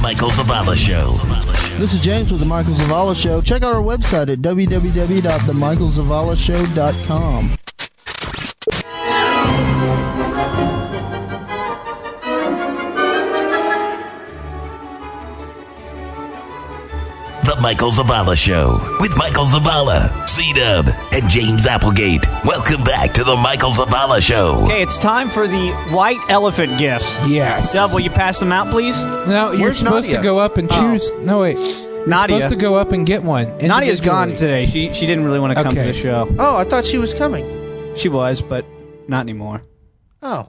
Michael Zavala Show. This is James with The Michael Zavala Show. Check out our website at www.themichaelzavalashow.com. The Michael Zavala Show with Michael Zavala, C Dub, and James Applegate. Welcome back to The Michael Zavala Show. Okay, it's time for the white elephant gifts. Yes. Dub, will you pass them out, please? No, you're Where's supposed Nadia? to go up and choose. No, wait. You're Oh. Nadia. supposed to go up and get one. Nadia's gone individually. today. She she didn't really want to come to Okay. the show. Oh, I thought she was coming. She was, but not anymore. Oh.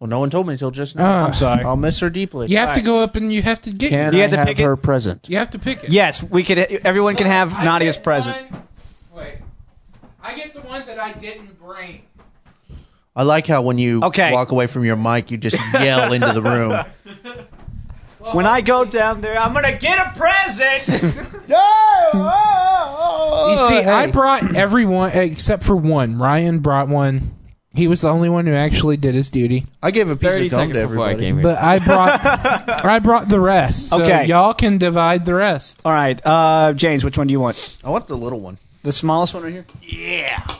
Well, no one told me until just now. Ah. I'm sorry. I'll miss her deeply. You have to go up and you have to get. Can You I had to have pick it? her present? You have to pick it. Yes, we could. Everyone can have I Nadia's get present. one- Wait. I get the one that I didn't bring. I like how when you Okay. walk away from your mic, you just yell into the room. When I go down there, I'm gonna get a present. you You see, Oh, I brought everyone except for one. Ryan brought one. He was the only one who actually did his duty. I gave a piece Thirty of gum to seconds before I everybody. came here. But I brought I brought the rest. So Okay. y'all can divide the rest. All right, uh, James, which one do you want? I want the little one. The smallest one right here. Give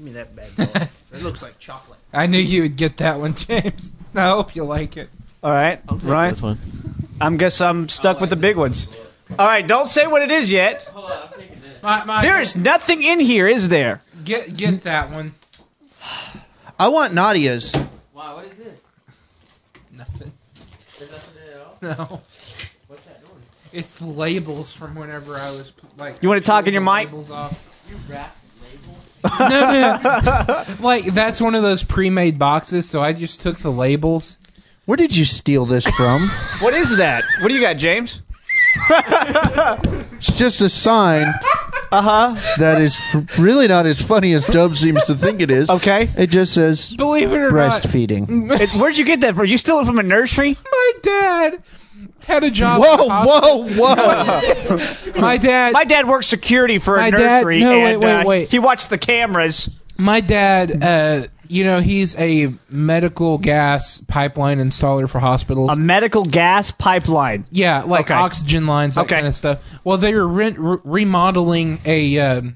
me that bad boy. it looks like chocolate. I knew you would get that one, James. I hope you like it. All right, Ryan. This one. I'm guess I'm stuck with the big ones. All right, don't say what it is yet. My, my, There is nothing in here, is there? get get that one. I want Nadia's. Wow, what is this? Nothing. There's nothing in it at all. No. What's that noise? It's labels from whenever I was like. You wanna talk in your mic? Labels off. You wrapped labels. Like that's one of those pre-made boxes, so I just took the labels. Where did you steal this from? What is that? What do you got, James? it's just a sign. Uh huh. That is f- really not as funny as Dub seems to think it is. Okay. It just says Believe it or not, breastfeeding. It- where'd you get that from? You steal it from a nursery? my dad had a job. Whoa, at the hospital. whoa, whoa! My dad. My dad worked security for a My dad- nursery, no, wait, and wait, uh, wait. he watched the cameras. my dad. Uh, you know, he's a medical gas pipeline installer for hospitals. A medical gas pipeline. Yeah, like Okay. oxygen lines, that Okay. kind of stuff. Well, they were re- re- remodeling a um,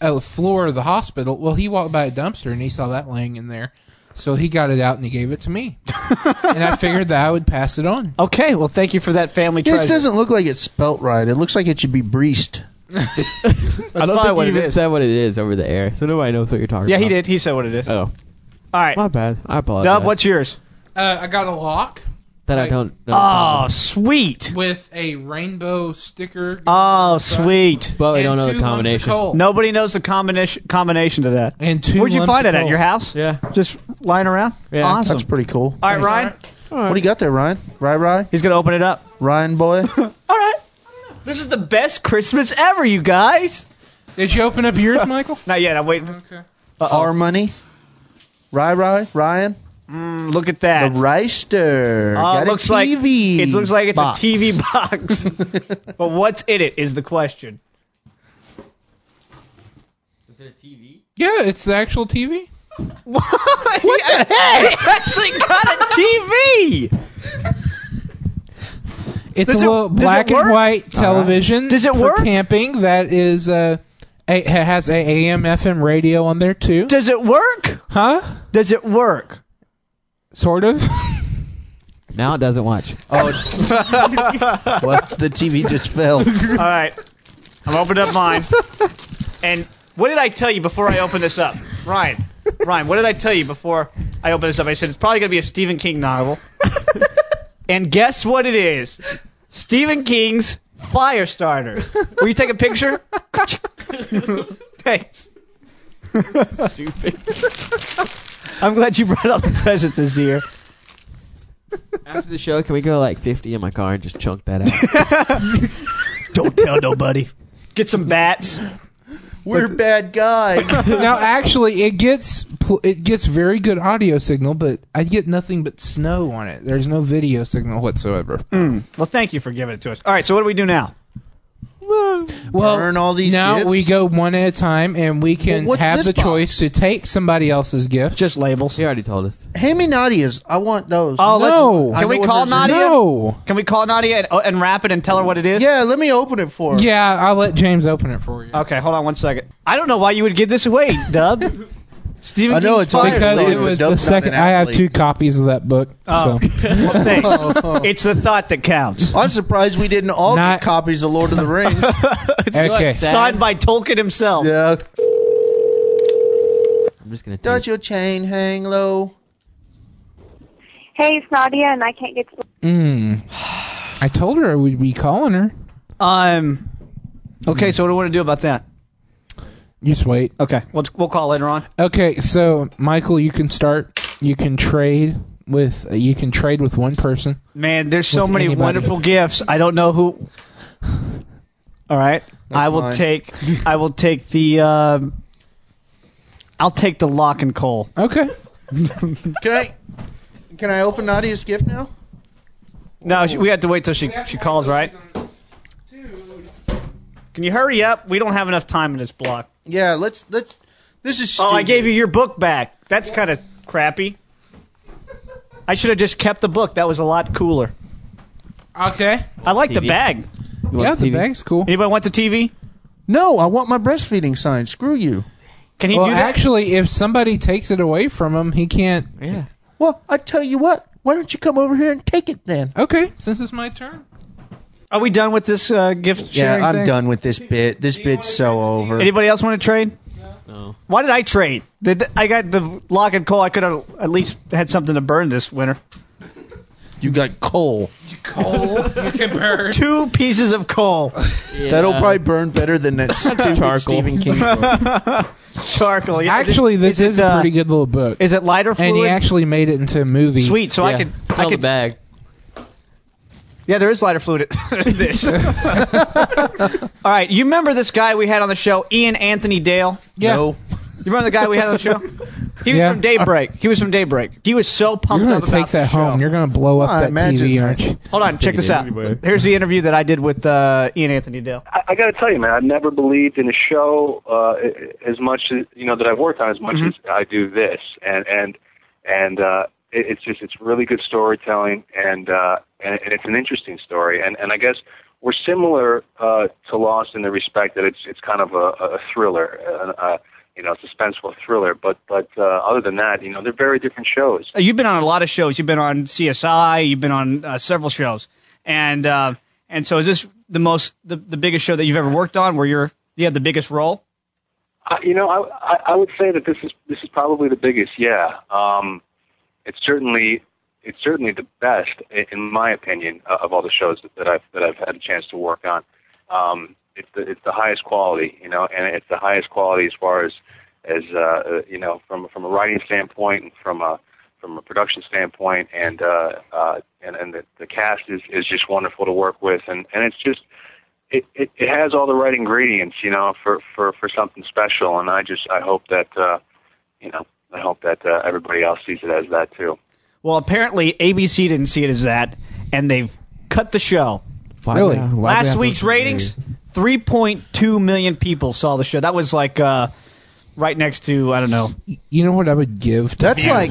a floor of the hospital. Well, he walked by a dumpster and he saw that laying in there, so he got it out and he gave it to me. and I figured that I would pass it on. Okay, well, thank you for that family treasure. this doesn't look like it's spelt right. It looks like it should be breast. I I don't thought think what you it even is. said what it is over the air, so nobody knows what you're talking Yeah, he about. did. He said what it is. Oh, All right, my bad. I apologize. Dub, what's yours? Uh, I got a lock that? I don't. know. Oh, sweet. with a rainbow sticker. Oh, sweet. but we and don't know two lumps the of combination. coal. Nobody knows the combination combination to that. And two Where'd you lumps find of it at coal. your house? Yeah. just lying around. Yeah. awesome. That's pretty cool. All right, Ryan. What do you got there, Ryan? Rye, rye, He's gonna open it up. Ryan boy. All right. This is the best Christmas ever, you guys. Did you open up yours, Michael? Not yet. I'm waiting. Okay. Our money. Rye, rye, Ryan. Look at that. The Reister. Oh, Got it a looks like TV it looks like it's box. a TV box. but what's in it is the question. Is it a TV? Yeah, it's the actual TV. What the heck? He actually got a TV. It's Does a it- little does it black work? and white television. Does it for work? Camping that is uh, a, ha- has a AM FM radio on there too. Does it work? huh? Does it work? Sort of. Now it doesn't watch. Oh, well, the TV just fell. All right. I'm opening up mine. And what did I tell you before I open this up? Ryan. Ryan, what did I tell you before I open this up? I said it's probably going to be a Stephen King novel. and guess what it is? Stephen King's Firestarter. Will you take a picture? Thanks. Stupid. I'm glad you brought up the present this year. After the show, can we go like 50 in my car and just chunk that out? Don't tell nobody. Get some bats. We're bad guys. now, actually, it gets pl- it gets very good audio signal, but I get nothing but snow on it. There's no Mm. video signal whatsoever. Well, thank you for giving it to us. All right, so what do we do now? Well, burn all these now gifts? we go one at a time, and we can Well, what's have this the box? choice to take somebody else's gift. Just labels. He already told us. Hand me Nadia's. I want those. Oh, No. let's, can we I know call what Nadia? No. Can we call Nadia and, oh, and wrap it and tell her what it is? yeah, let me open it for her. Yeah, I'll let James open it for you. Okay, hold on one second. I don't know why you would give this away, Dub. Stephen I know, King's it's only Fire Because Sorry, Starter. it but was Dove's the not second. an I have athlete. two copies of that book. Oh. So. Well, Oh. thanks. it's the thought that counts. I'm surprised we didn't all Not- get copies of Lord of the Rings. Okay. Signed by Tolkien himself. yeah. I'm just gonna. Does Take, your chain hang low? Hey, it's Nadia, and I can't get to Mm. I told her I would be calling her. Um. Okay, so what do we want to do about that? Just wait. Okay, we'll we'll call later on. Okay, so Michael, you can start. You can trade with. You can trade with one person. Man, there's so With many anybody. wonderful gifts. I don't know who. All right, I will mine. take. I will take the. um I'll take the lock and coal. Okay. Can I can I open Nadia's gift now? No, she, we have to wait till she she calls. Right? Can you hurry up? We don't have enough time in this block. Yeah, let's let's this is Oh, I stupid. gave you your book back. That's kind of crappy. I should have just kept the book. That was a lot cooler. Okay. I like the TV. bag. You want Yeah, the TV? bag's cool. Anybody want the TV? No, I want my breastfeeding sign. Screw you. Can he Well, do that? actually, if somebody takes it away from him, he can't. Yeah. Well, I tell you what, why don't you come over here and take it then? Okay, since it's my turn. Are we done with this uh, gift sharing? Yeah, I'm thing? done with this bit. This bit's so over. Anybody else want to trade? No. Why did I trade? Did I got the lock and coal? I could have at least had something to burn this winter. You got coal. Two pieces of coal, That'll probably burn better than that stupid Charcoal. Stephen King book. charcoal. Yeah, is it- Actually, this is, it, a uh, pretty good little book. Is it lighter fluid? and he actually made it into a movie. Sweet, so I Yeah. could. Smell I could. the bag. Yeah, there is lighter fluid in this. All right, you remember this guy we had on the show, Ian Anthony Dale? Yeah. No. You remember the guy we had on the show? He was Yeah. from Daybreak. He was from Daybreak. He was so pumped You're gonna up take about that the home. show. You're gonna blow up I that imagine TV, that. aren't you? Hold on, check this out. Here's the interview that I did with uh, Ian Anthony Dale. I, I got to tell you, man, I've never believed in a show uh, as much as you know that I've worked on as much as I do this, and and and uh, it, it's just it's really good storytelling, and uh, and, and it's an interesting story, and and I guess we're similar uh, to Lost in the respect that it's it's kind of a, a thriller, a, a, you know, suspenseful thriller, but but uh, other than that, you know, they're very different shows. You've been on a lot of shows. You've been on CSI. You've been on uh, several shows, and uh, and so is this the most the, the biggest show that you've ever worked on, where you're you have the biggest role? I, you know, I, I I would say that this is this is probably the biggest. Yeah, um, it's certainly it's certainly the best i- in my opinion uh, of all the shows that, that I've that I've had a chance to work on. Um, it's the it's the highest quality, you know, and it's the highest quality as far as as uh, uh, you know from from a writing standpoint and from a from a production standpoint, and uh, uh, and and the, the cast is is just wonderful to work with, and and it's just it, it, it has all the right ingredients, you know, for, for, for something special. And I just, I hope that, uh, you know, I hope that uh, everybody else sees it as that too. Well, apparently ABC didn't see it as that, and they've cut the show. Really? Last week's ratings, three point two million people saw the show. That was like uh, right next to I don't know. You know what I would give? To That's like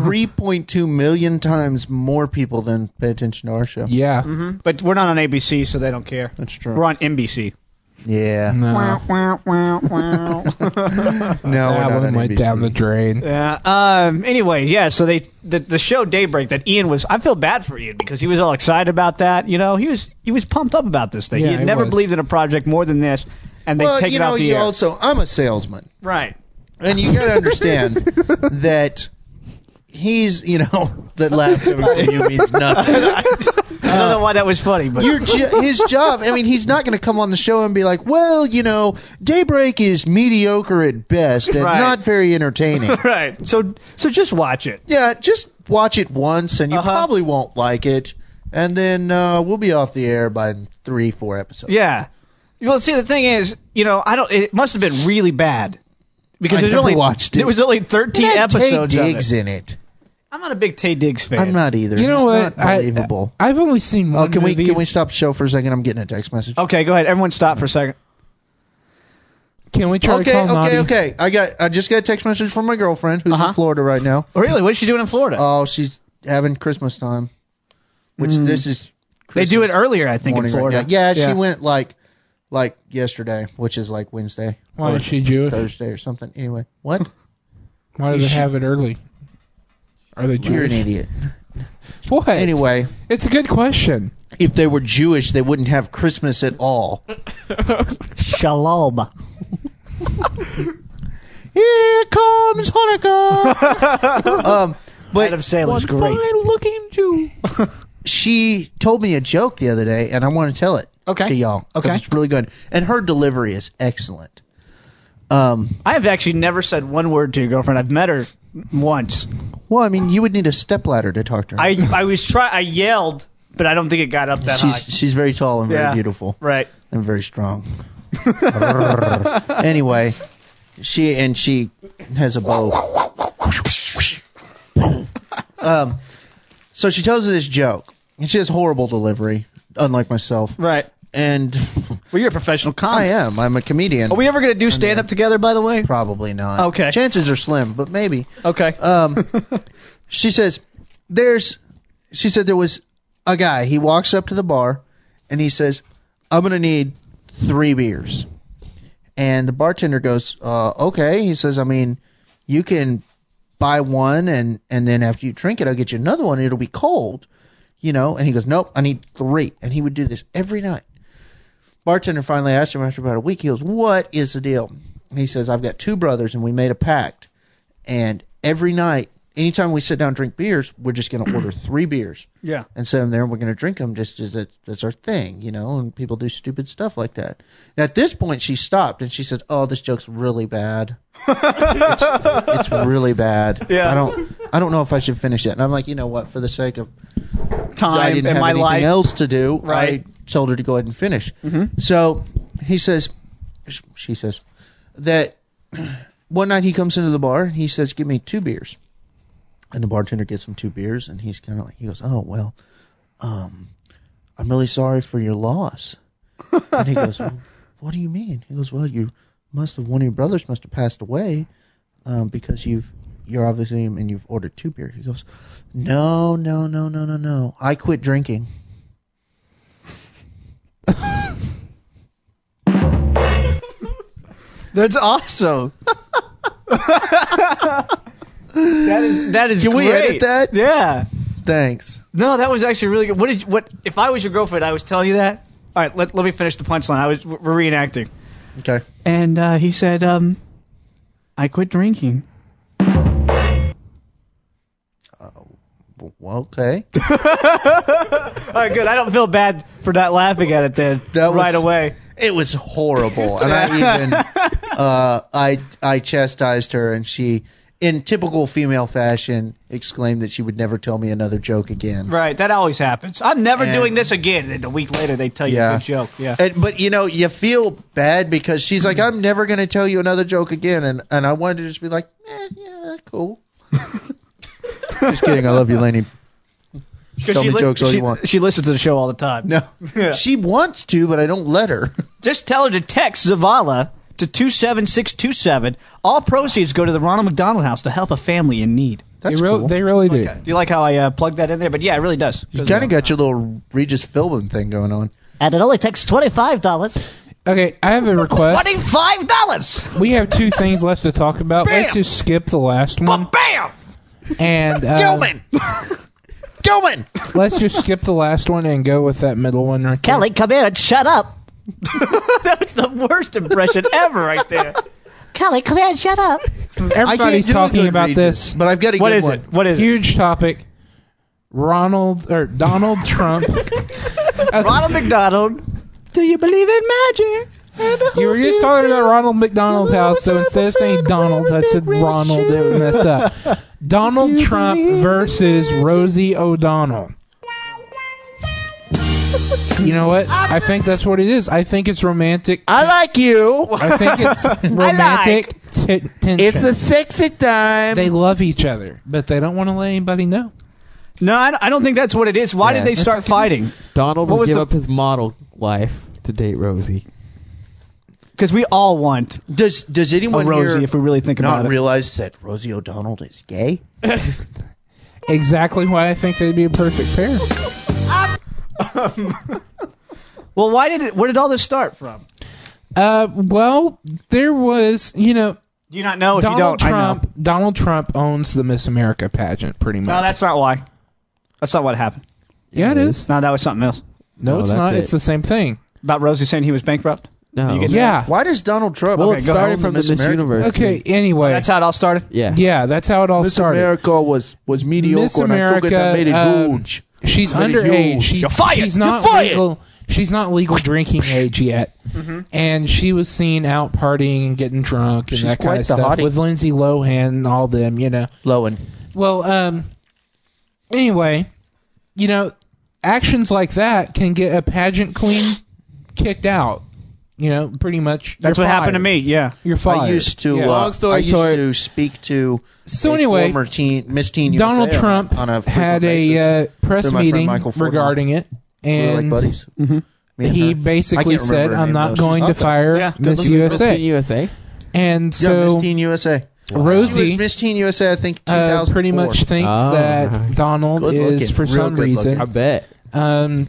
3.2 million times more people than pay attention to our show. yeah. But we're not on ABC, so they don't care. That's true. We're on NBC. Yeah. No, Uh, Oh, we're that not one on went NBC. down the drain. Yeah. Um. Anyway, yeah. So they the, the show Daybreak that Ian was. I feel bad for Ian because he was all excited about that. You know, he was he was pumped up about this thing. Yeah, he had he never was. believed in a project more than this, and they well, take you it know, out the you air. also, I'm a salesman. right. And you got to understand that he's, you know, that laugh coming from you means nothing. I don't know why that was funny, but Your jo- his job, I mean, he's not going to come on the show and be like, well, you know, Daybreak is mediocre at best and Right. not very entertaining. right. So so just watch it. yeah, just watch it once and you Uh-huh. probably won't like it. And then uh, we'll be off the air by three, four episodes. Yeah. Well, see, the thing is, you know, I don't. It must have been really bad because I there's never only watched it. There was only It thirteen had Tay episodes of Diggs it. in it. I'm not a big Tay Diggs fan. I'm not either. You know what? It's Not believable. I, uh, have only seen one oh, can we movie. can we stop the show for a second? I'm getting a text message. Okay, go ahead. Everyone, stop for a second. Can we try to Okay, call okay, Naughty? okay. I got. I just got a text message from my girlfriend who's Uh-huh. in Florida right now. Really? What's she doing in Florida? Oh, she's having Christmas time, which this is. they do it Christmas earlier, I Hmm. think, in morning right Florida. now. yeah, she Yeah. went like, like yesterday, which is like Wednesday, Why is she Jewish? Thursday, or something. Anyway, what? Why do they have it early? Are they You're an Jewish? idiot. What? Anyway, it's a good question. if they were Jewish, they wouldn't have Christmas at all. Shalom. Here comes Hanukkah. um, but Adam Sandler's great. looking Jew. she told me a joke the other day, and I want to tell it Okay. to y'all. 'cause Okay. it's really good, and her delivery is excellent. I have actually never said one word to your girlfriend. I've met her once. Well, I mean, you would need a stepladder to talk to her. I I was try. I yelled, but I don't think it got up that she's high. she's very tall and very Yeah. beautiful Right. and very strong. anyway, she and she has a bow. um, so she tells her this joke, and she has horrible delivery, unlike myself. Right. And Well, you're a professional I comic. am. I'm a comedian. Are we ever going to do stand up together, by the way? Probably not. Okay. Chances are slim, but maybe. Okay. uh, she says there's she said there was a guy he walks up to the bar and he says i'm gonna need three beers and the bartender goes uh, okay he says i mean you can buy one and and then after you drink it i'll get you another one it'll be cold you know and he goes nope i need three and he would do this every night bartender finally asked him after about a week he goes what is the deal And he says i've got two brothers and we made a pact and every night, anytime we sit down and drink beers, we're just going to order three beers. Yeah. And sit them there and we're going to drink them just as that's, that's our thing, you know, and people do stupid stuff like that. And at this point, she stopped and she said, Oh, this joke's really bad. it's, it's really bad. Yeah. I don't, I don't know if I should finish it. And I'm like, you know what? For the sake of, I Time didn't in have my anything life. else to do. Right. I told her to go ahead and finish. So he says, she says, that one night he comes into the bar and he says, "Give me two beers," and the bartender gets him two beers, and he's kind of like, he goes, "Oh well, um, I'm really sorry for your loss," and he goes, well, "What do you mean?" He goes, "Well, you must have one of your brothers must have passed away." um, because you've you're obviously and you've ordered two beers. He goes, no, no, no, no, no, no. I quit drinking. That's awesome. that is that is. Can we great. edit that? Yeah. Thanks. No, that was actually really good. What did you- what? If I was your girlfriend, I was telling you that. All right, let, let me finish the punchline. I was we're reenacting, Okay. and uh, he said, um, "I quit drinking." Well, Okay. All right, good. I don't feel bad for not laughing at it then That was- right away. It was horrible, and I even uh, I I chastised her, and she, in typical female fashion, exclaimed that she would never tell me another joke again. Right, that always happens. I'm never And- doing this again. And a week later, they tell you a good joke. Yeah. And, but you know, you feel bad because she's like, I'm never going to tell you another joke again. And, and I wanted to just be like, eh, yeah, cool. just kidding. I love you, Laney. Because Tell she, me jokes all she, you want. she listens to the show all the time. No. She wants to, but I don't let her. Just tell her to text Zavala to 27627. All proceeds go to the Ronald McDonald House to help a family in need. They, That's re- cool. they really do. Do you like how I uh, plugged that in there? But yeah, it really does. you kind of got your little Regis Philbin thing going on. And it only takes $25. Okay, I have a request. $25! we have two things left to talk about. Let's just skip the last one Bam! and uh, Gilman! Gilman! let's just skip the last one and go with that middle one right there. Kelly, come in and shut up. That's the worst impression ever right there. Kelly, come here and shut up. I can't Everybody's do a talking good about Regis, this But I've got a What good is one. it? What is it? huge topic. Ronald or Donald Trump. Ronald McDonald. Do you believe in magic? you were just talking about Ronald McDonald's house, so instead of saying Donald, I said Ronald. It messed up. Donald Trump versus Rosie O'Donnell. You know what? I think that's what it is. I think it's romantic. I like you. I think it's romantic t- tension. It's a sexy time. they love each other, but they don't want to let anybody know. No, I don't- I don't think that's what it is. Why Yeah. did they start fighting? Donald What would was give the- up his model wife to date Rosie. Because we all want Does Does anyone Rosie, here if we really think not about it. realize that Rosie O'Donnell is gay? Exactly why I think they'd be a perfect pair. Well, why did it? Where did all this start from? Uh, well, there was, you know, Do you not know? If you don't, Donald Trump. I know. Donald Trump owns the Miss America pageant, pretty much. No, that's not why. That's not what happened. yeah, it is. No, that was something else No, No, it's that's not. it. It's the same thing. about Rosie saying he was bankrupt. No. You get- Yeah. Why does Donald Trump? Well, Okay, it go started home from to the Miss Miss America. Universe. Okay. thing. Anyway. That's how it all started. Yeah. yeah, that's how it all Miss started. America was was mediocre, Miss and I took it and made it America, uh, huge. She's Made it underage. huge. She, You're fired. She's You're not fired. Mm-hmm. legal. She's not legal drinking age yet, and she was seen out partying and getting drunk and She's that kind quite of the stuff hottie. with Lindsay Lohan and all them. You know. Lowen. Well, um. Anyway, you know, actions like that can get a pageant queen kicked out. You know, pretty much. That's You're what happened to fired. me. Yeah. You're fired. I used to. Yeah. Uh, Long I story used short, to speak to. So a anyway, former teen, Miss Teen USA Donald on a- Trump on a frequent had a uh, basis. press through my friend meeting Michael Ford. regarding it, We were and like buddies. Me and he her. I basically can't said, remember her "I'm name, though. not She's going to hot, though. fire Yeah, Miss Miss USA. USA." USA. And Yeah, Miss so Teen USA. She was Rosie Miss Teen USA, I think. uh, 2004. pretty much thinks Oh, Ah. that Donald Good looking, is, for real some good I reason, bet um,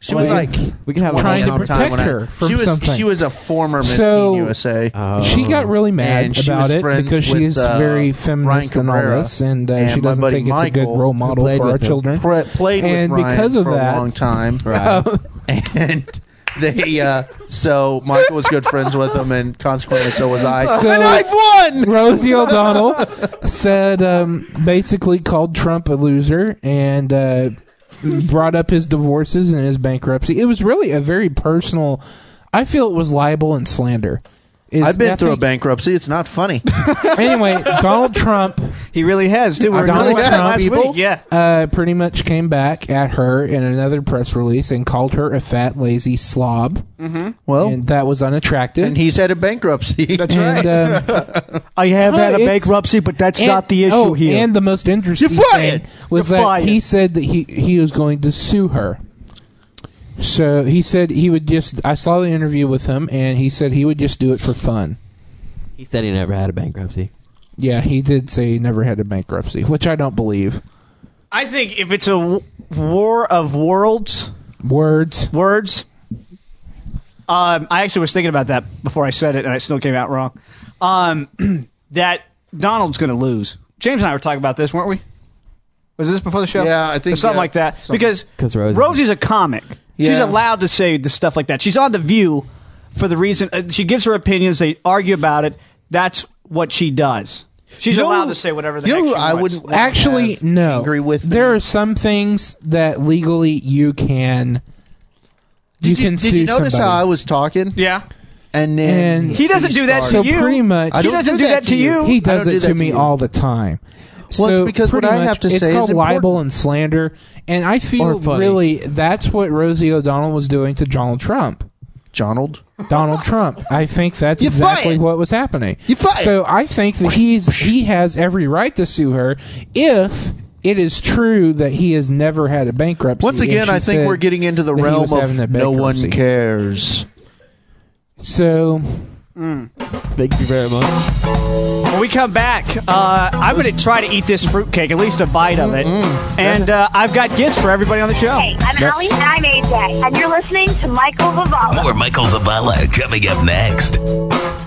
She was like, like we can have Trying a to long protect time when I- her from she was something. she was a former Miss So- Teen USA. Oh. she got really Um, And mad she about was it friends because she with, is uh, very Ryan feminist and all Cabrera this, and, uh, and she my doesn't buddy think it's a Michael, good role who model played for with our him. children. Pla- played with And Ryan because of for that- a long time, Right. and they uh, so Michael was good friends with him, and consequently, so was I. So- and I've won. Rosie O'Donnell said um, basically called Trump a loser and uh, brought up his divorces and his bankruptcy. It was really a very personal. I feel it was libel and slander. It's I've been through a nothing- bankruptcy. It's not funny. Anyway, Donald Trump He really has. Dude, we were Donald talking about that Trump, last people. week. Yeah. uh, pretty much came back at her in another press release and called her a fat, lazy slob, Well, and and, that was unattractive. he's had a bankruptcy. Oh. That's And, um, I have No, had a it's- bankruptcy, but that's And- oh, And the most interesting You're fired. thing was You're that fired. he said that he he was going to sue her. So he said he would just. I saw the interview with him, and he said he would just do it for fun. He said he never had a bankruptcy. Yeah, he did say he never had a bankruptcy, which I don't believe. I think if it's a w- war of worlds, Words. words. Um, I actually was thinking about that before I said it, and I still came out wrong. Um, that Donald's going to lose. James and I were talking about this, weren't we? Was this before the show? Yeah, I think, Or something yeah, like that. something. Because Because Rosie- Rosie's a comic. She's Yeah. allowed to say the stuff like that. She's on the View for the reason uh, she gives her opinions. They argue about it. That's what she does. She's You know allowed who- to say whatever the you know heck who she I wants. wouldn't- Actually, have no. angry with there me. are some things that legally you can. you Did you, can did sue you notice somebody. how I was talking? Yeah, And then And- he doesn't do that to So started- you. pretty much- I he don't doesn't do that to you. He I don't does it do to, that to me you. all the time. Well, it's because what pretty I have to it's say is called libel important. and slander, and I Or feel funny. really that's what Rosie O'Donnell was doing to Donald Trump. Donald. Donald Trump. I think that's You're exactly fired. what was happening. You're fired. So I think that he's he has every right to sue her if it is true that he has never had a bankruptcy. Once and again, she I think said we're getting into the that he realm was having a of no one bankruptcy. cares. So Thank you very much. When we come back, uh, I'm going to try to eat this fruitcake, at least a bite of it. And uh, I've got gifts for everybody on the show. Hey, I'm Allie and I'm AJ, and you're listening to Michael Vivaldi. More Michael Zavala coming up next.